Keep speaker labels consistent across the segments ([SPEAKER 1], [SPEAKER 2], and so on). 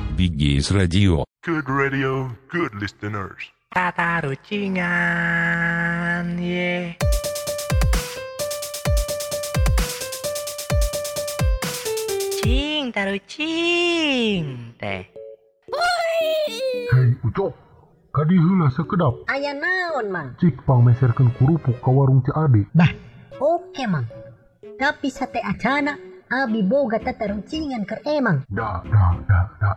[SPEAKER 1] Japanese radio.
[SPEAKER 2] Good radio, good listeners.
[SPEAKER 3] Tata rucingan, ye. Cing, taruh cing. Teh.
[SPEAKER 4] Hei Ucok, kadi heula sekedap.
[SPEAKER 5] Ayah naon, Mang.
[SPEAKER 4] Cik pang meserkan kerupuk ke warung Cik Ade.
[SPEAKER 5] Oke, Mang. Tapi sate acana, abi boga tatarucingan ker eh, emang.
[SPEAKER 4] Da, da, da, da.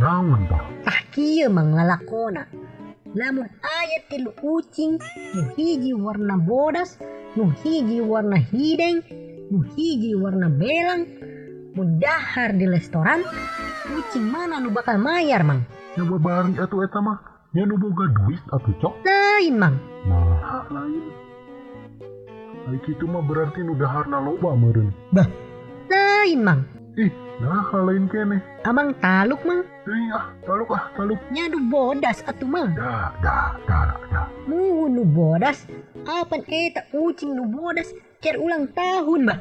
[SPEAKER 4] Naon tah?
[SPEAKER 5] Tah kieu Ah, Mang lalakona. Namun ayat tilu ucing, nu hiji warna bodas, nu hiji warna hideng, nu hiji warna belang, mendahar di restoran, ucing mana nu bakal mayar, Mang?
[SPEAKER 4] Ya babari atuh eta mah. Nya nu boga duit atuh Cok.
[SPEAKER 5] Lain, Mang.
[SPEAKER 4] Nah, lain. Ai kitu mah berarti nu daharna loba meureun.
[SPEAKER 5] Lain, Mang.
[SPEAKER 4] Ih, nah lain keneh.
[SPEAKER 5] Abang taluk, Mang.
[SPEAKER 4] Ih, ah, taluk ah, taluk.
[SPEAKER 5] Nyadu bodas atuh, Mang.
[SPEAKER 4] Da, da, da, da.
[SPEAKER 5] Muhu nu bodas, apan eta ucing nu bodas cer ulang tahun, Mbak.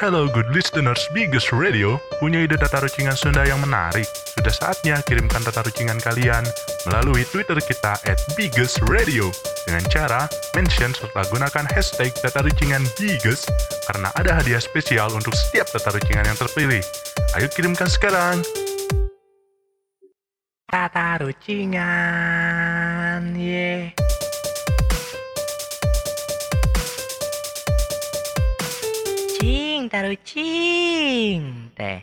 [SPEAKER 2] Hello good listeners, biggest radio punya ide tata rucingan Sunda yang menarik. Sudah saatnya kirimkan tata rucingan kalian melalui Twitter kita at biggest radio dengan cara mention serta gunakan hashtag tata rucingan biggest karena ada hadiah spesial untuk setiap tata rucingan yang terpilih. Ayo kirimkan sekarang.
[SPEAKER 3] Tata rucingan, ye. Cing, taruh cing. Teh.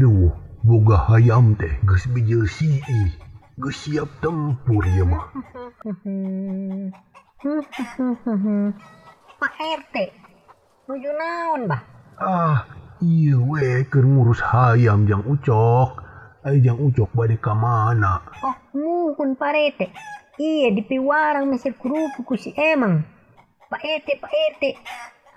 [SPEAKER 4] Duh, boga hayam teh geus bijeu sii. Geus siap tempur ya mah.
[SPEAKER 5] Pak RT, nuju naon, Mbak?
[SPEAKER 4] Ah, iya we keur ngurus hayam jang ucok. Ai jang ucok bade ka mana?
[SPEAKER 5] Oh, muhun Pak RT. Iya, di piwarang mesir kerupuk ku si emang. Pak RT, Pak RT.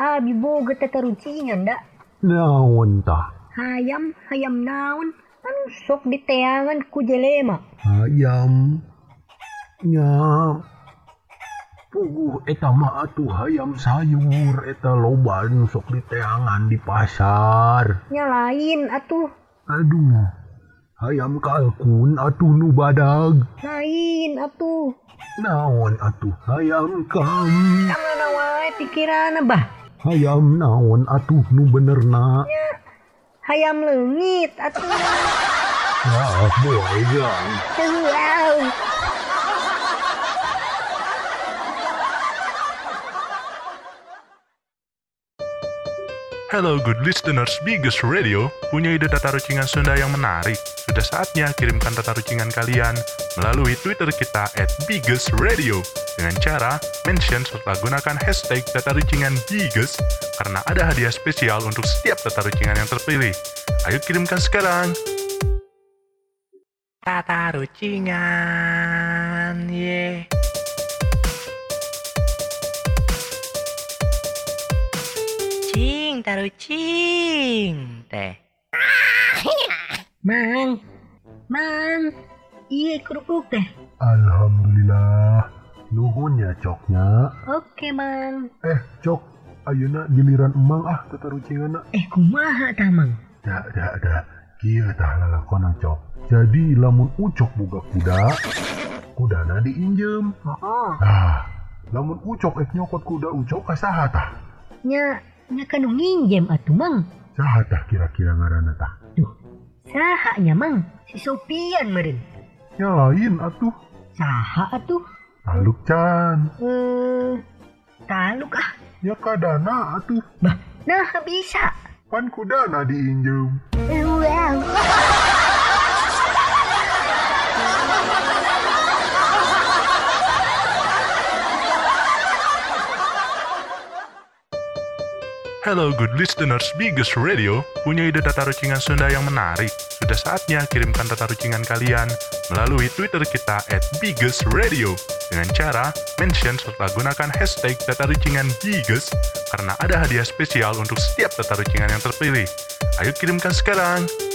[SPEAKER 5] Abi boga tatarucingan, dak.
[SPEAKER 4] Naon tah?
[SPEAKER 5] Hayam, hayam naon, anu sok diteangan ku jelema.
[SPEAKER 4] Hayam. Nya. Puguh eta mah atuh hayam sayur eta loba nu sok diteangan di pasar.
[SPEAKER 5] Nyalain atuh,
[SPEAKER 4] Aduh. Hayam kalkun atuh nu badag.
[SPEAKER 5] lain atuh.
[SPEAKER 4] Naon atuh hayam kam.
[SPEAKER 5] Kamana wae pikirana, bah.
[SPEAKER 4] Hayam naon atuh nu bener na.
[SPEAKER 5] Hayam leungit atuh.
[SPEAKER 4] Ah, boy, gang.
[SPEAKER 5] Wow.
[SPEAKER 2] Hello good listeners, biggest radio punya ide tata rucingan Sunda yang menarik. Sudah saatnya kirimkan tata rucingan kalian melalui Twitter kita at biggest radio dengan cara mention serta gunakan hashtag tata rucingan biggest karena ada hadiah spesial untuk setiap tata rucingan yang terpilih. Ayo kirimkan sekarang.
[SPEAKER 3] Tata rucingan, ye. Cing, taruh cing. Teh.
[SPEAKER 5] Mang, mang, iya kerupuk teh.
[SPEAKER 4] Alhamdulillah. Nuhun ya, Coknya.
[SPEAKER 5] Oke, mang.
[SPEAKER 4] Eh, Cok. Ayeuna giliran emang ah tatarucinganna.
[SPEAKER 5] Eh, kumaha tah, mang?
[SPEAKER 4] Da, da, da. Kieu tah lalakonan, Cok. Jadi lamun Ucok boga kuda, kudana diinjem. Ah, lamun Ucok ek nyokot kuda Ucok ah, ka saha tah?
[SPEAKER 5] Nya, nya kanu nginjem atuh, mang.
[SPEAKER 4] Saha tah kira-kira ngaranna tah?
[SPEAKER 5] Saha nya, mang? Si Sopian meureun.
[SPEAKER 4] Nya lain atuh.
[SPEAKER 5] Saha atuh?
[SPEAKER 4] Taluk can.
[SPEAKER 5] Eh, taluk ah.
[SPEAKER 4] Ya kadana atuh.
[SPEAKER 5] Nah, bisa.
[SPEAKER 4] Pan kudana diinjem.
[SPEAKER 5] Wow.
[SPEAKER 2] Hello good listeners, biggest radio punya ide tata rucingan Sunda yang menarik. Sudah saatnya kirimkan tata rucingan kalian melalui Twitter kita at biggest radio dengan cara mention serta gunakan hashtag tata rucingan biggest karena ada hadiah spesial untuk setiap tata rucingan yang terpilih. Ayo kirimkan sekarang.